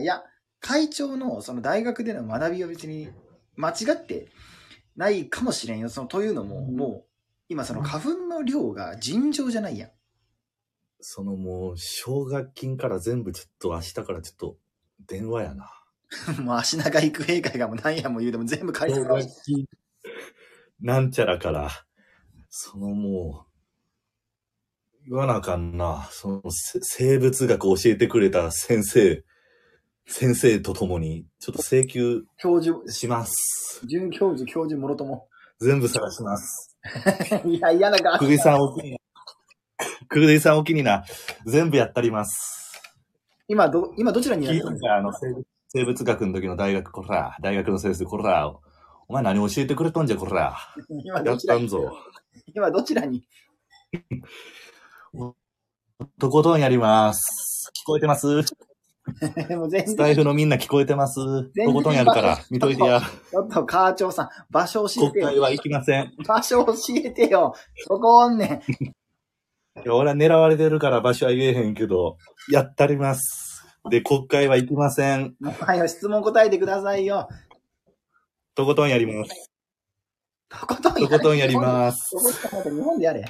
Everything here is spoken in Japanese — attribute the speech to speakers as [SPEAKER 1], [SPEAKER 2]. [SPEAKER 1] いや、会長のその大学での学びは別に間違ってないかもしれんよ。そのというのも、
[SPEAKER 2] うん
[SPEAKER 1] もう今その花粉の量が尋常じゃないやん。
[SPEAKER 2] そのもう、奨学金から全部ちょっと明日からちょっと電話やな。
[SPEAKER 1] もう足長育英会がもう何やも言うでも全部借り
[SPEAKER 2] 奨
[SPEAKER 1] てもらう
[SPEAKER 2] 学金、なんちゃらから、そのもう、言わなあかんな。そのせ生物学を教えてくれた先生、先生と共に、ちょっと請求
[SPEAKER 1] 教授、
[SPEAKER 2] します。
[SPEAKER 1] 准教授、教授もろとも。
[SPEAKER 2] 全部探します。
[SPEAKER 1] いや、嫌な感
[SPEAKER 2] くぐいさんお気にな。くぐいさんお気にな。全部やったります。
[SPEAKER 1] 今ど、今どちらにいら
[SPEAKER 2] 聞
[SPEAKER 1] っ
[SPEAKER 2] い
[SPEAKER 1] しゃ
[SPEAKER 2] た
[SPEAKER 1] るん
[SPEAKER 2] ん
[SPEAKER 1] ですか
[SPEAKER 2] か、あの、生物生物学の時の大学、こら、大学の先生、こら、お前何教えてくれとんじゃ、こら。
[SPEAKER 1] 今
[SPEAKER 2] や
[SPEAKER 1] ど
[SPEAKER 2] っ
[SPEAKER 1] ち
[SPEAKER 2] た
[SPEAKER 1] ら
[SPEAKER 2] ん
[SPEAKER 1] に
[SPEAKER 2] ぞ。
[SPEAKER 1] 今どちらに
[SPEAKER 2] とことんやります。聞こえてます
[SPEAKER 1] もう全
[SPEAKER 2] スタイ
[SPEAKER 1] 然、
[SPEAKER 2] フのみんな聞こえてます
[SPEAKER 1] 全然
[SPEAKER 2] とことんやる から、見といてや。
[SPEAKER 1] ちょっと課長さん、場所教え
[SPEAKER 2] 国
[SPEAKER 1] て
[SPEAKER 2] 会
[SPEAKER 1] よ。
[SPEAKER 2] は行きません。
[SPEAKER 1] 場所教えてよ。そこおんねん。
[SPEAKER 2] いや、俺は狙われてるから場所は言えへんけど、やったります。で、国会は行きません。
[SPEAKER 1] もはよ質問答えてくださいよ。
[SPEAKER 2] とことんやります。
[SPEAKER 1] とことん
[SPEAKER 2] とことんやります。
[SPEAKER 1] す。とことんやって日本でやれ。